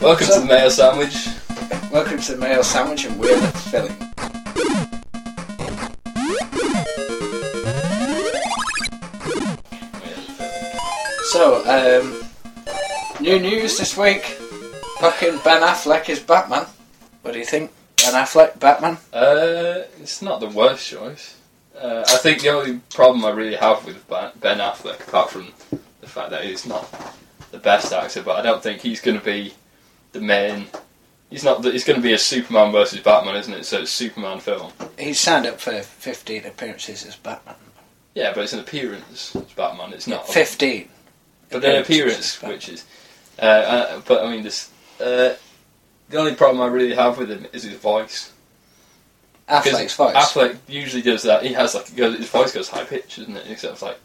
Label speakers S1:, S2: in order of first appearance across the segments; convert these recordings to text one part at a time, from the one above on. S1: Welcome to the Mayo Sandwich.
S2: Welcome to the Mayo Sandwich and we're the filling. So, um, new news this week. Fucking Ben Affleck is Batman. What do you think? Ben Affleck, Batman?
S1: Uh, it's not the worst choice. Uh, I think the only problem I really have with Ba- Ben Affleck, apart from the fact that he's not the best actor, but I don't think he's going to be the main. He's not. the- It's going to be a Superman versus Batman, isn't it? So it's Superman film.
S2: He's signed up for 15 appearances as Batman.
S1: Yeah, but it's an appearance as Batman. It's not. a
S2: 15.
S1: But then
S2: appearances,
S1: appearance, which is, uh, uh, but I mean, this uh, the only problem I really have with him is his voice.
S2: Affleck's voice.
S1: Affleck usually does that. He has like he goes, his voice goes high pitched, isn't it? Except it's like,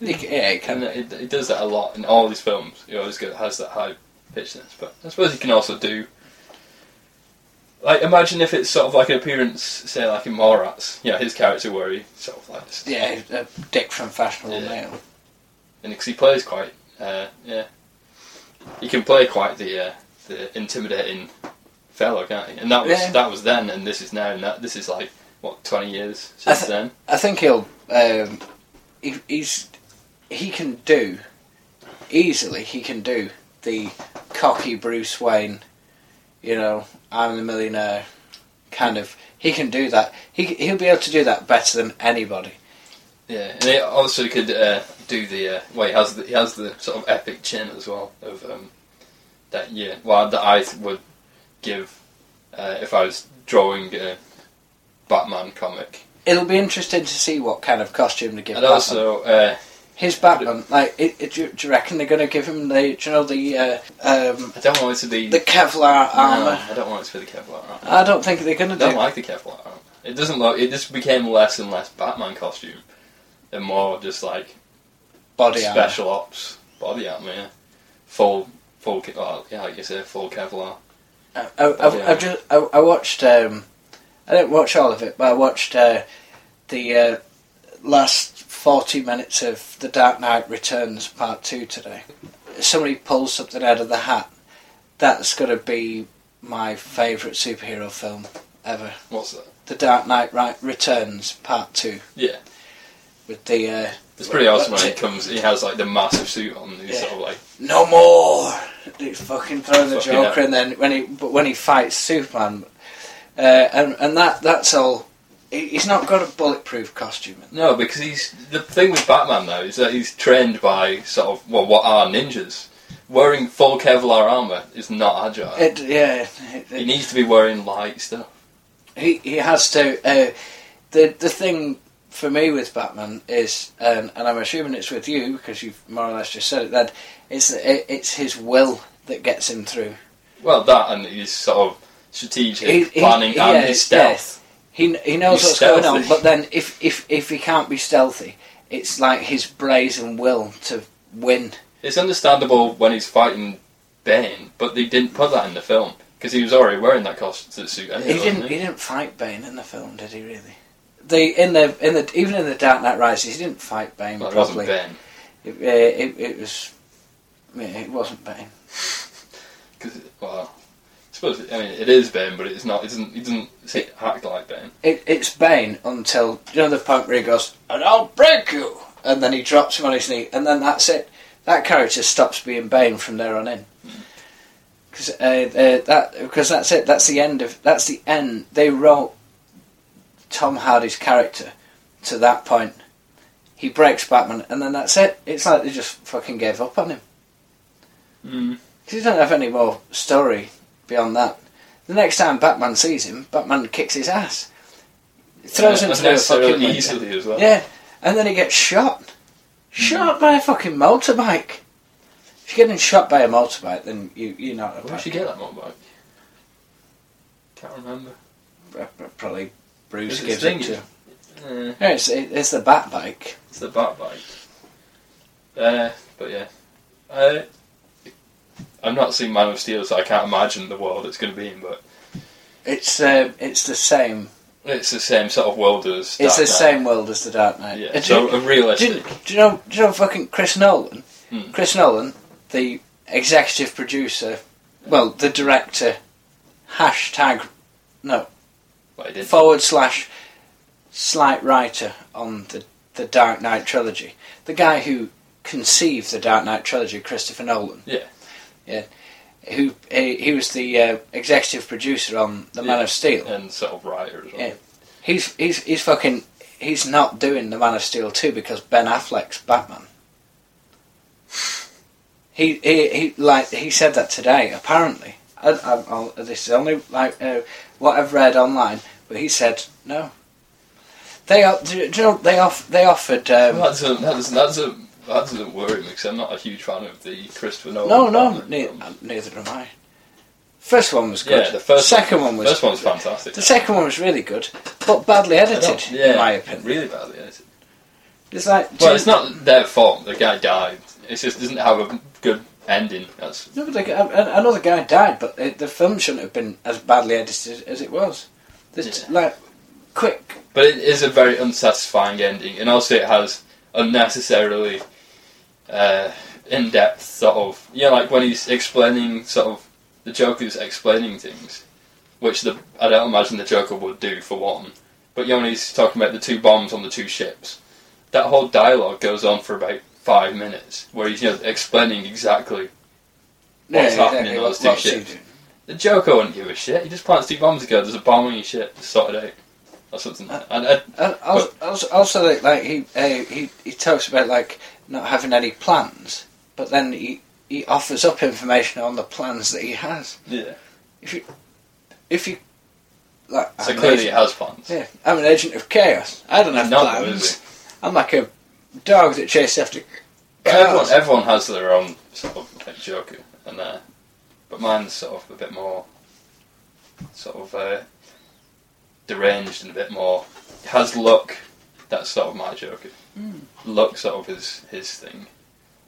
S2: He c- yeah, he
S1: and
S2: can.
S1: it, it does that a lot in all his films. He always go, has that high pitchedness. But I suppose he can also do. Like imagine if it's sort of like an appearance, say like in Mallrats. Yeah, his character where he sort of like, just-
S2: Yeah, he's a dick from Fashionable
S1: Yeah.
S2: Mail.
S1: and because he plays quite, uh, yeah, he can play quite the uh, the intimidating fellow, can't he? And that was
S2: Yeah.
S1: that was then, and this is now, and that this is like what twenty years
S2: I
S1: since
S2: thi-
S1: then.
S2: I think he'll. Um, he, he's he can do easily. He can do the cocky Bruce Wayne. You know, I'm the millionaire. Kind of, he can do that. He he'll be able to do that better than anybody.
S1: Yeah, and he also could uh, do the uh, well. He has the, he has the sort of epic chin as well of um, that. Yeah, well, that I would give uh, if I was drawing a Batman comic,
S2: It'll be interesting to see what kind of costume to give.
S1: and
S2: Batman.
S1: also uh,
S2: his Batman, like, it, it, do, you- do you reckon they're going to give him the, do you know, the uh, um,
S1: I don't want it to be
S2: the Kevlar
S1: No,
S2: armor?
S1: I don't want it to be the Kevlar armor.
S2: I don't think they're going to
S1: I
S2: do.
S1: don't like the Kevlar armor. It doesn't look. It just became less and less Batman costume, and more just like
S2: body armor.
S1: special ops body armor, yeah. full full. Ke- Well, yeah, like you say, full Kevlar.
S2: I, I, I, I, just, I, I watched. Um, I didn't watch all of it, but I watched uh, the uh, last forty minutes of The Dark Knight Returns Part Two today. Somebody pulls something out of the hat. That's going to be my favourite superhero film ever.
S1: What's that?
S2: The Dark Knight Ri- Returns Part Two
S1: Yeah.
S2: with the uh,
S1: It's pretty awesome
S2: That's
S1: when he
S2: it.
S1: comes. He has like the massive suit on. and He's
S2: Yeah.
S1: sort of like,
S2: no more. They fucking throw the
S1: Fucking
S2: Joker,
S1: hell.
S2: and then when he but when he fights Superman, uh, and and that that's all. He- He's not got a bulletproof costume.
S1: no, because he's the thing with Batman though is that he's trained by sort of well, what are ninjas. Wearing full Kevlar armor is not agile.
S2: It, yeah, it-
S1: he needs to be wearing light stuff.
S2: he he has to. Uh, the the thing for me with Batman is, and, and I'm assuming it's with you because you've more or less just said it. Then is that it, it's his will that gets him through.
S1: Well, that and his sort of strategic
S2: He- he-
S1: planning
S2: yeah,
S1: and his stealth.
S2: He he knows
S1: He's
S2: what's going on,
S1: stealthy.
S2: but then if if if he can't be stealthy, it's like his brazen will to win.
S1: It's understandable when he's fighting Bane, but they didn't put that in the film because he was already wearing that costume suit. Anyway,
S2: He didn't
S1: wasn't
S2: he didn't fight Bane in the film, did he? Really? The in the in the even in the Dark Knight Rises, he didn't fight Bane.
S1: Well, it
S2: properly.
S1: wasn't Bane
S2: It, uh, it, it was. yeah, It wasn't Bane.
S1: 'cause- well, I suppose I mean it is Bane, but it's not. It doesn't. It doesn't say- act like Bane.
S2: It, it's Bane until you know the point where he goes, "And I'll break you," and then he drops him on his knee, and then that's it. That character stops being Bane from there on in. Because uh, uh, that because that's it. That's the end of that's the end. They wrote Tom Hardy's character to that point. He breaks Batman, and then that's it. It's like they just fucking gave up on him.
S1: Mm.
S2: Because he doesn't have any more story beyond that. The next time Batman sees him, Batman kicks his ass. Throws him through a
S1: uh,
S2: fucking window.
S1: easily as well.
S2: Yeah, and then he gets shot. Shot by a fucking motorbike. If you're getting shot by a motorbike, then you, you're not a
S1: Where did she get that motorbike? Can't remember.
S2: Probably
S1: Is
S2: Bruce
S1: it
S2: gives
S1: Sting?
S2: it to him.
S1: Uh,
S2: Yeah, it's, it, it's the bat bike.
S1: it's the bat bike. Uh, but yeah, uh, I've not seen Man of Steel, so I can't imagine the world it's going to be in. But
S2: It's, uh, it's the same.
S1: it's the same sort of world as.
S2: It's
S1: Dark
S2: the
S1: Knight.
S2: same world as the Dark Knight.
S1: Yeah.
S2: Uh, do
S1: so
S2: you-
S1: uh,
S2: do,
S1: realistic.
S2: you- do you know? Do you know? Fucking Chris Nolan.
S1: Hmm.
S2: Chris Nolan, the executive producer well, the director, hashtag, no,
S1: But he did.
S2: forward slash, slight writer on the, the Dark Knight trilogy. The guy who conceived the Dark Knight trilogy, Christopher Nolan.
S1: Yeah.
S2: Yeah. Who, he, he was the uh, executive producer on The Man
S1: Yeah.
S2: of Steel.
S1: and sort of writer as well.
S2: Yeah. He's he's he's fucking he's not doing the Man of Steel two because Ben Affleck's Batman. He he, he like he said that today. Apparently, I, I, I'll, this is only like uh, what I've read online. But he said no. They are, do you do you know they off they offered um,
S1: That doesn't, that, doesn't, that, doesn't, that doesn't worry me because I'm not a huge fan of the Christopher Nolan.
S2: no no
S1: Batman
S2: ne-
S1: films.
S2: neither am I. First one was good.
S1: Yeah, the first
S2: second one,
S1: one,
S2: was
S1: first one's fantastic.
S2: the second one was really good, but badly
S1: I don't-
S2: edited
S1: yeah,
S2: in my opinion.
S1: really badly edited.
S2: It's like
S1: Well, it's not their fault. The guy died. It just doesn't have a good ending. That's
S2: No, but the, guy- I, I know the guy died, but the, the film shouldn't have been as badly edited as it was. There's
S1: Yeah.
S2: like quick.
S1: but it is a very unsatisfying ending, and also it has unnecessarily uh, in-depth sort of yeah, like when he's explaining sort of the Joker's explaining things, which the I don't imagine the Joker would do for one. But you know, when he's talking about the two bombs on the two ships, that whole dialogue goes on for about five minutes, where he's you know, explaining exactly What's happening in those two
S2: what's he
S1: ships?
S2: doing?
S1: The Joker wouldn't give a shit. He just plants two bombs ago. There's a bomb on your ship. Just sort it out. Or something. I, I,
S2: And also, also, also, like, like he, uh, he he talks about like not having any plans, but then he he offers up information on the plans that he has.
S1: yeah.
S2: If you like,
S1: So
S2: I'm an
S1: clearly he
S2: agent-
S1: has plans.
S2: yeah, I'm an agent of chaos. I don't have
S1: Not though, is
S2: plans. I'm like a dog that chases after.
S1: But
S2: cars.
S1: everyone, everyone has their own sort of like, Joker. And, uh, but mine's sort of a bit more sort of uh, deranged and a bit more. Has luck. That's sort of my Joker. Luck sort of is his thing.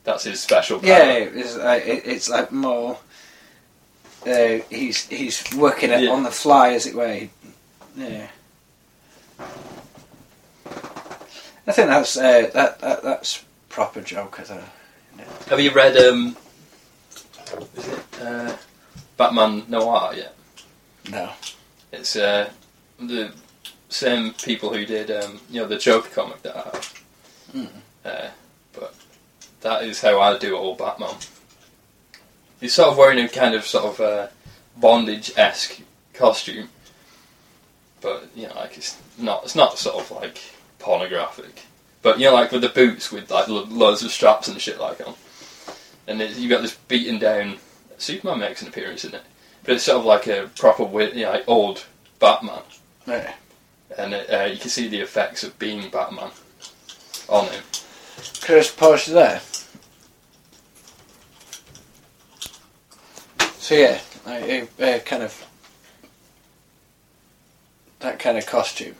S1: That's his special power.
S2: Yeah, it's like, it- it's like more. Uh, he's he's working it
S1: Yeah.
S2: on the fly, as it were. He- Yeah. I think that's uh, that, that that's proper Joker though.
S1: Have you read um, is it, uh, Batman Noir yet?
S2: No.
S1: It's uh, the same people who did, um, you know, the Joker comic that I have.
S2: Mm.
S1: Uh, but that is how I do all Batman. He's sort of wearing a kind of sort of uh, bondage esque costume, but you know, like it's not it's not sort of like pornographic. But you know, like with the boots with like lo- loads of straps and shit like on, and it, you got this beaten down. Superman makes an appearance in it, but it's sort of like a proper, wi- you know, like old Batman
S2: Yeah.
S1: and it, uh, you can see the effects of being Batman on him.
S2: Chris Posh there. So yeah, like, uh, uh, kind of that kind of costume.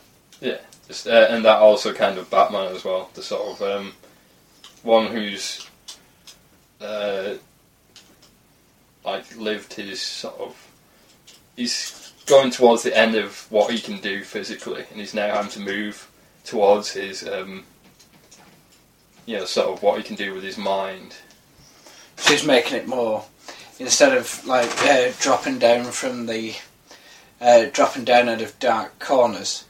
S1: Just, uh, and that also kind of Batman as well, the sort of um, one who's uh, like lived his sort of. He's going towards the end of what he can do physically, and he's now having to move towards his, um, you know, sort of what he can do with his mind.
S2: She's making it more instead of like uh, dropping down from the uh, dropping down out of dark corners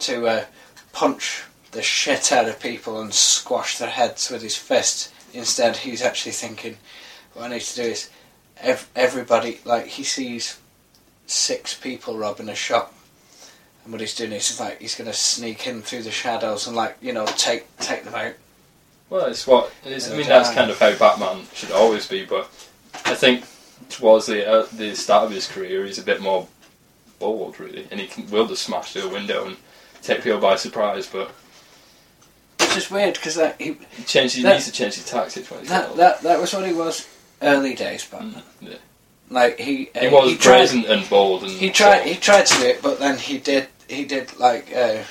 S2: to uh, punch the shit out of people and squash their heads with his fist. Instead, he's actually thinking, "What I need to do is ev- everybody like he sees six people robbing a shop." And what he's doing is like he's going to sneak in through the shadows and like you know take take them out.
S1: Well, it's what it's, I
S2: Yeah,
S1: mean. That's
S2: yeah.
S1: kind of how Batman should always be, but I think towards the uh, the start of his career, he's a bit more bold, really, and he can, will just smash through a window and take people by surprise. But
S2: Which is weird because like he
S1: he changes. He
S2: That-
S1: needs to change his tactics when he's
S2: That,
S1: old.
S2: that that was what he was early days, but
S1: Mm, yeah.
S2: like he uh,
S1: He was
S2: tried
S1: brazen and bold, and
S2: he tried
S1: sort
S2: he tried to do it, but then he did he did like uh,
S1: of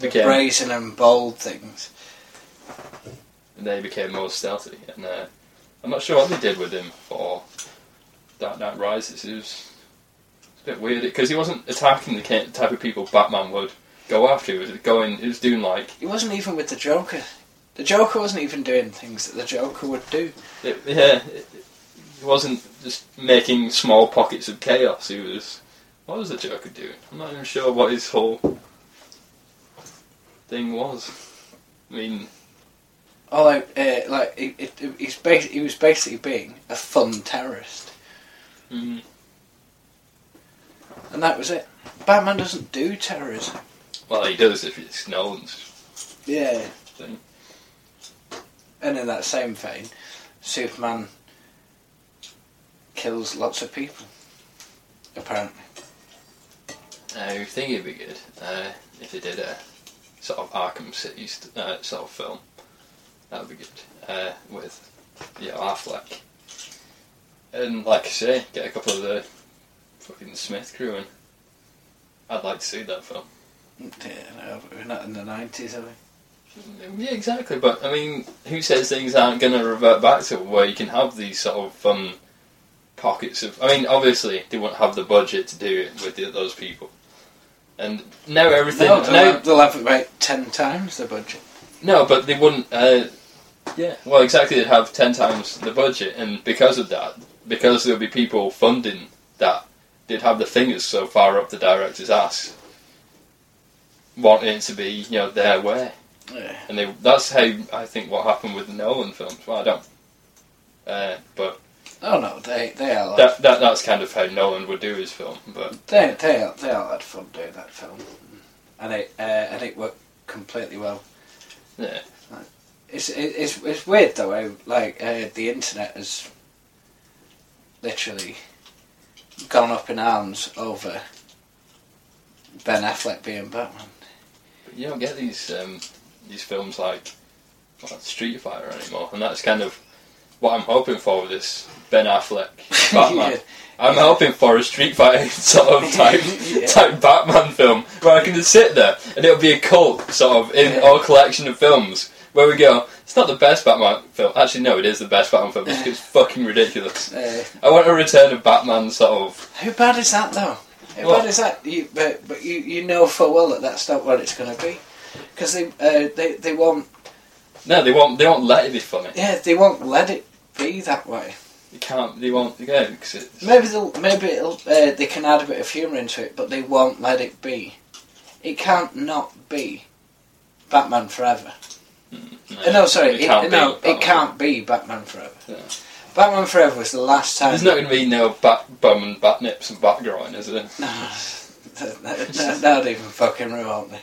S1: became,
S2: brazen and bold things.
S1: and they became more stealthy. And uh, I'm not sure what they did with him for Dark Knight Rises. It was, it's a bit weird because he wasn't attacking the ki- type of people Batman would go after. He was going. He was doing like.
S2: He wasn't even with the Joker. The Joker wasn't even doing things that the Joker would do.
S1: It, yeah, it, He wasn't just making small pockets of chaos. He was. What was the Joker doing? I'm not even sure what his whole thing was. I mean,
S2: Although, uh, like, he, it, he's bas- he was basically being a fun terrorist,
S1: mm,
S2: and that was it. Batman doesn't do terrorism.
S1: well, he does if it's Nolan's
S2: Yeah.
S1: thing.
S2: And in that same vein, Superman kills lots of people. Apparently,
S1: I think it'd be good uh, if they did a sort of Arkham City st- uh, sort of film. That would be good uh, with yeah Affleck and like I say, get a couple of the fucking Smith crew in. I'd like to see that film.
S2: yeah, no, we're not in the nineties, are we?
S1: Yeah, exactly. But I mean, who says things aren't going to revert back to where you can have these sort of um, pockets of? I mean, obviously they won't have the budget to do it with the, those people, and now everything.
S2: No, they'll,
S1: now-
S2: have, they'll have about ten times the budget.
S1: No, but they wouldn't. Uh, yeah, well, exactly. They'd have ten times the budget, and because of that, because there'll be people funding that, they'd have the fingers so far up the director's ass, wanting it to be, you know, their way.
S2: Yeah.
S1: And they, that's how I think what happened with the Nolan films. Well, I don't. Uh, but
S2: Oh no, they they are. Like,
S1: that, that that's kind of how Nolan would do his film. But
S2: They they are, they all had fun doing that film, and it uh, and it worked completely well.
S1: yeah,
S2: It's it, it's it's weird though. How, like uh, the internet has literally gone up in arms over Ben Affleck being Batman.
S1: but you don't get these um, these films like well, Street Fighter anymore, and that's kind of what I'm hoping for with this Ben Affleck Batman. I'm hoping for a Street Fighter sort of type
S2: Yeah.
S1: type Batman film where I can just sit there and it'll be a cult sort of in
S2: Yeah.
S1: our collection of films where we go. It's not the best Batman film. Actually, no, it is the best Batman film. It's, it's fucking ridiculous.
S2: Yeah.
S1: I want a return of Batman sort of.
S2: Uh, how bad is that though? How
S1: What?
S2: bad is that? You but, but you you know full well that that's not what it's going to be, because they uh, they they won't
S1: No, they won't. They won't let it be funny.
S2: yeah they won't let it be that way.
S1: They can't. They won't. Yeah, because it's.
S2: Maybe they'll, maybe it'll, uh, they can add a bit of humour into it, but they won't let it be. It can't not be Batman Forever. Uh, no, sorry,
S1: It
S2: it
S1: can't be
S2: no,
S1: Batman.
S2: it can't be Batman Forever.
S1: Yeah.
S2: Batman Forever was the last time.
S1: There's not going to be no bat bum and bat nips and bat groin, is there?
S2: no, that, that'd even fucking ruin me.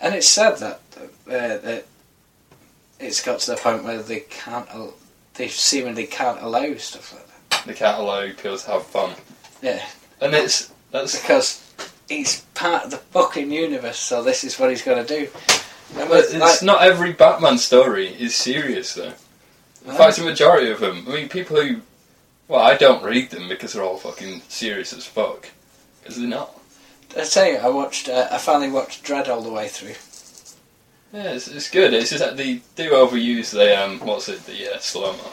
S2: And it's sad that uh, that it's got to the point where they can't, al- they seemingly can't allow stuff like that
S1: They can't allow people to have fun.
S2: Yeah.
S1: And it's that's
S2: because he's part of the fucking universe. So this is what he's going to do. And
S1: But
S2: with,
S1: it's
S2: like,
S1: not every Batman story is serious, though. In
S2: No.
S1: fact, the majority of them. I mean, people who. Well, I don't read them because they're all fucking serious as fuck. Is they not?
S2: I tell you, I watched. Uh, I finally watched Dread all the way through.
S1: Yeah, it's, it's good. It's just that they do overuse the um, what's it, the uh, slow mo.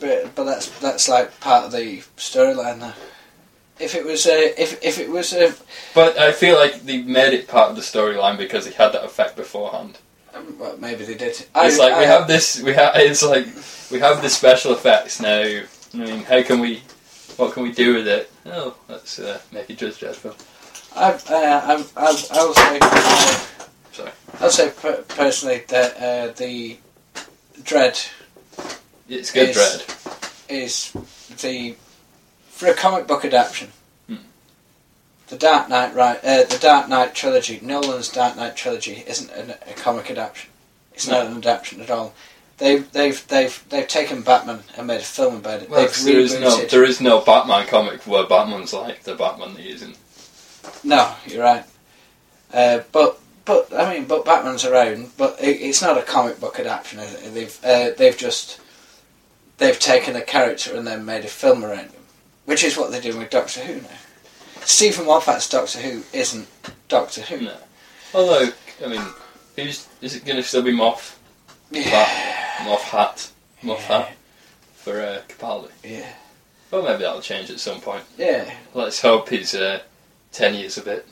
S2: But but that's that's like part of the storyline now. If it was a, if if it was uh, a,
S1: But I feel like they made it part of the storyline because they had that effect beforehand.
S2: um, well, maybe they did.
S1: it's like we have this. We have. It's like we have the special effects now. I mean, how can we? What can we do with it? Oh, let's uh, make it just Dredd film.
S2: I've, uh, I've, I've, I'll say, uh,
S1: Sorry.
S2: I'll say per- personally that uh, the Dread
S1: It's good,
S2: It's-
S1: Dread.
S2: is the for a comic book adaptation.
S1: Hmm.
S2: The Dark Knight, right? Uh, the Dark Knight trilogy, Nolan's Dark Knight trilogy, isn't an, a comic adaptation. It's not an adaptation at all. They've they've they've they've taken Batman and made a film about it.
S1: Well,
S2: they've
S1: 'cause there is no there is no Batman comic where Batman's like the Batman they're using.
S2: No, you're right. Uh, but but I mean, but Batman's around. But it, it's not a comic book adaptation. is it? They've uh, they've just they've taken a character and then made a film around him, which is what they're doing with Doctor Who now. Stephen Moffat's Doctor Who isn't Doctor Who.
S1: No. Although, I mean, who's is it going to still be Moff? Bat, Moff Hat, Moff Hat for uh, Capaldi.
S2: Yeah,
S1: Well, maybe that'll change at some point.
S2: yeah.
S1: Let's hope he's uh, ten years a bit.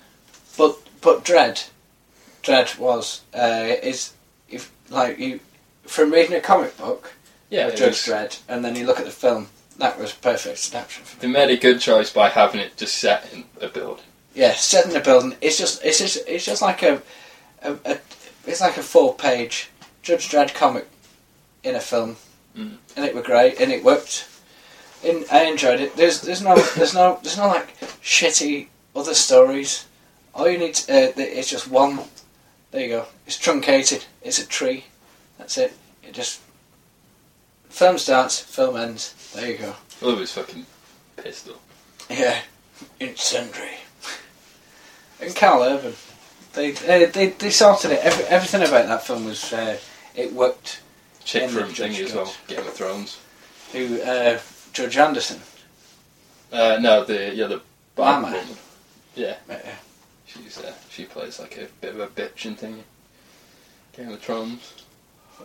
S2: But but Dread, Dread was uh, is if like you from reading a comic book
S1: Yeah,
S2: of
S1: it
S2: Judge
S1: was-
S2: Dredd, and then you look at the film. That was a perfect snapshot. for me.
S1: They made a good choice by having it just set in a building.
S2: Yeah, set in a building. It's just it's just it's just like a, a, a it's like a four page Judge Dredd comic in a film,
S1: Mm.
S2: and it were great and it worked. And I enjoyed it. There's there's no there's no there's no like shitty other stories. All you need to, uh, th- it's just one. There you go. It's truncated. It's a tree. That's it. It just film starts, film ends. There you go.
S1: Well, it was fucking pistol.
S2: Yeah, incendiary. and Carl Urban, they uh, they they sorted it. Every, everything about that film was uh, it worked.
S1: Chick
S2: And
S1: from
S2: the Judge
S1: thingy as
S2: Dredd.
S1: well. Game of Thrones.
S2: Who uh, George Anderson?
S1: Uh, no, the yeah the bad
S2: Mama.
S1: woman. Yeah,
S2: Uh,
S1: she's uh, she plays like a bit of a bitch and thingy. Game of Thrones.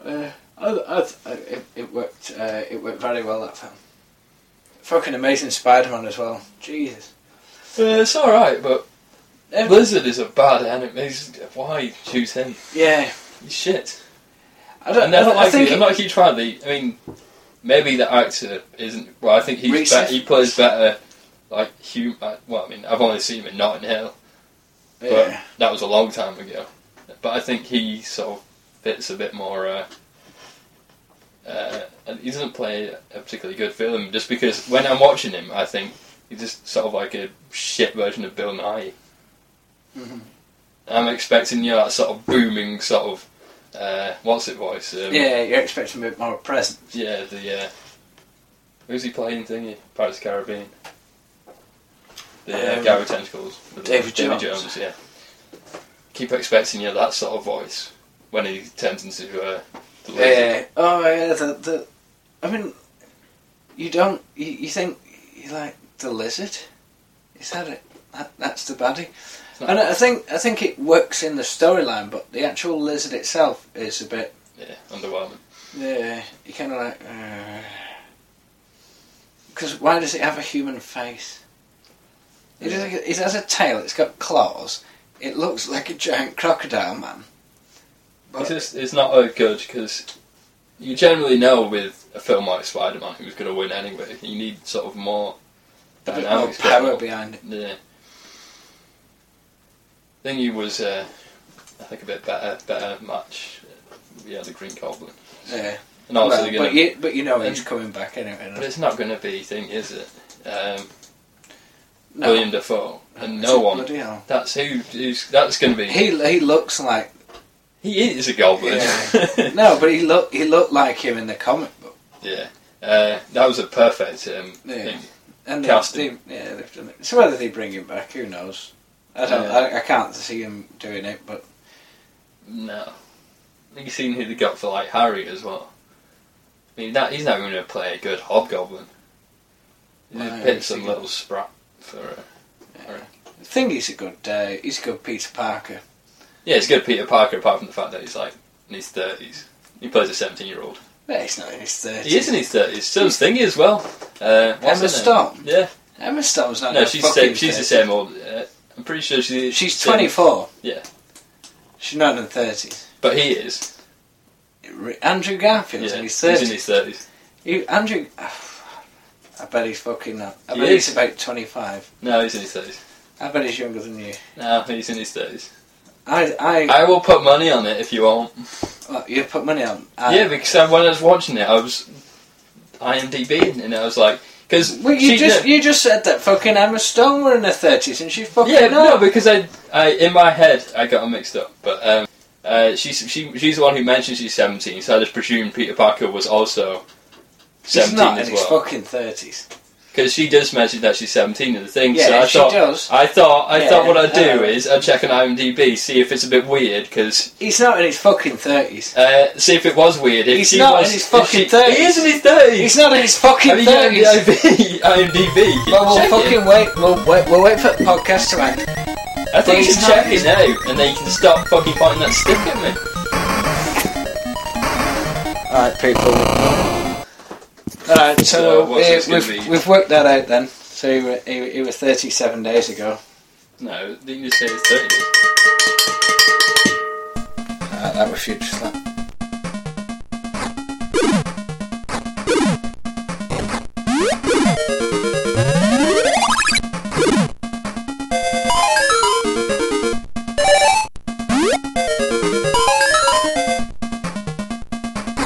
S2: uh, I, I, I, it, it worked. Uh, it worked very well that film. Fucking amazing Spider-Man as well. Jesus.
S1: Uh, it's all right, but
S2: Ev-
S1: Blizzard is a bad enemy. He's- Why choose him?
S2: yeah.
S1: He's shit.
S2: I
S1: I
S2: don't.
S1: never
S2: I, I
S1: liked
S2: think
S1: it. I'm not a huge fan of the. I mean, maybe the actor isn't. Well, I think he's
S2: Reese
S1: bet-
S2: is-
S1: he plays better. Like Hugh. uh, Well, I mean, I've only seen him in Notting Hill, but
S2: yeah.
S1: that was a long time ago. But I think he sort of fits a bit more. Uh, uh, and he doesn't play a particularly good villain, just because when I'm watching him, I think he's just sort of like a shit version of Bill Nye.
S2: Mhm.
S1: I'm expecting you know, that sort of booming sort of uh, what's it voice? Um,
S2: yeah, you're expecting a bit more present.
S1: yeah, the uh, who's he playing thingy? Pirates of the Caribbean. The uh,
S2: Um,
S1: Gary Tentacles.
S2: David
S1: David
S2: Jones.
S1: Jones. Yeah. Keep expecting you know, that sort of voice when he turns into uh, the lizard.
S2: Yeah. Oh yeah. The, the I mean, you don't. You, you think you like the lizard? Is that it? That, that's the baddie.
S1: It's not-
S2: And uh, I think I think it works in the storyline, but the actual lizard itself is a bit.
S1: yeah, underwhelming.
S2: Yeah. You kind of like. Because why does it have a human face? It, is like a- it has a tail. It's got claws. It looks like a giant crocodile man.
S1: It's just it's not a good because you generally know with a film like Spider Man who's going to win anyway. You need sort of more
S2: A bit more
S1: dynamics going
S2: power
S1: on.
S2: behind it.
S1: Yeah. Then he was, uh, I think, a bit better, better match. Yeah, the Green Goblin.
S2: Yeah.
S1: And also,
S2: Well,
S1: gonna,
S2: but
S1: but,
S2: you, but you know he's
S1: and-
S2: coming back anyway. no?
S1: it's not going to be thing, is it? Um,
S2: No.
S1: William Defoe and
S2: It's
S1: no
S2: a
S1: one.
S2: bloody hell.
S1: That's who. Who's, that's going to be. He,
S2: He he looks like
S1: is a Goblin. Yeah.
S2: no, but he look he looked like him in the comic book.
S1: Uh, that was a perfect um,
S2: Yeah.
S1: thing.
S2: And
S1: Cast
S2: they, they- yeah, they've done it. So whether they bring him back, who knows? I don't.
S1: Yeah.
S2: I, I can't see him doing it, but
S1: No. Have you seen who they got for like Harry as well? I mean, that, he's not going to play a good Hobgoblin. He
S2: No,
S1: picked
S2: he's
S1: some
S2: a-
S1: little sprat for. Uh,
S2: I think he's a good. Uh, he's a good Peter Parker.
S1: yeah, it's good Peter Parker apart from the fact that he's like in his thirties. He plays a seventeen-year-old.
S2: But he's not in his thirties.
S1: He is in his thirties. Son's thingy as well. Uh, what's her
S2: Emma
S1: name?
S2: Stone.
S1: Yeah.
S2: Emma Stone's not.
S1: No,
S2: in her
S1: she's the
S2: fucking
S1: same, she's the
S2: 30s.
S1: same old. Uh, I'm pretty sure she,
S2: She's
S1: same-
S2: twenty four.
S1: Yeah.
S2: She's not in her thirties.
S1: but he is.
S2: Andrew Garfield's
S1: Yeah,
S2: in his
S1: he's
S2: thirties.
S1: in his thirties.
S2: You, Andrew, I bet he's fucking up. I
S1: He
S2: bet
S1: is.
S2: he's about 25.
S1: No, he's in his thirties.
S2: I bet he's younger than you.
S1: No, he's in his thirties.
S2: I, I,
S1: I will put money on it if you want.
S2: well, you put money on. I,
S1: yeah, because I, when I was watching it, I was IMDb, and I was like, because
S2: Well, you just you just said that fucking Emma Stone were in her 30s and she fucking
S1: yeah, no,
S2: not.
S1: because I, I in my head I got them mixed up, but um, uh, she's she, she's the one who mentioned she's seventeen, so I just presumed Peter Parker was also
S2: She's
S1: seventeen
S2: not in
S1: as
S2: his
S1: well,
S2: fucking 30s.
S1: because she does mention that she's seventeen in the thing.
S2: Yeah,
S1: so I
S2: she
S1: thought,
S2: does.
S1: I thought, I
S2: Yeah,
S1: thought what I'd do
S2: uh,
S1: is I'd check on IMDb, see if it's a bit weird, because
S2: He's not in his fucking 30s.
S1: uh, see if it was weird. If
S2: He's
S1: she
S2: not
S1: was,
S2: in his
S1: if she-
S2: fucking 30s.
S1: He is in his thirties.
S2: He's not in his fucking
S1: Have you
S2: 30s.
S1: got IMDb? IMDb?
S2: Well, we'll
S1: Check
S2: fucking
S1: it.
S2: wait. We'll wait. We'll wait for the podcast to end.
S1: I think you
S2: he's
S1: should
S2: not-
S1: check it now, and then you can stop fucking pointing that stick at me.
S2: All right, people. All right,
S1: So,
S2: so,
S1: what's
S2: we,
S1: this gonna
S2: we've
S1: be?
S2: we've worked that out then. So he, wa- he, he was 37 days ago.
S1: No, didn't you say it's 30?
S2: Uh, that was future slap.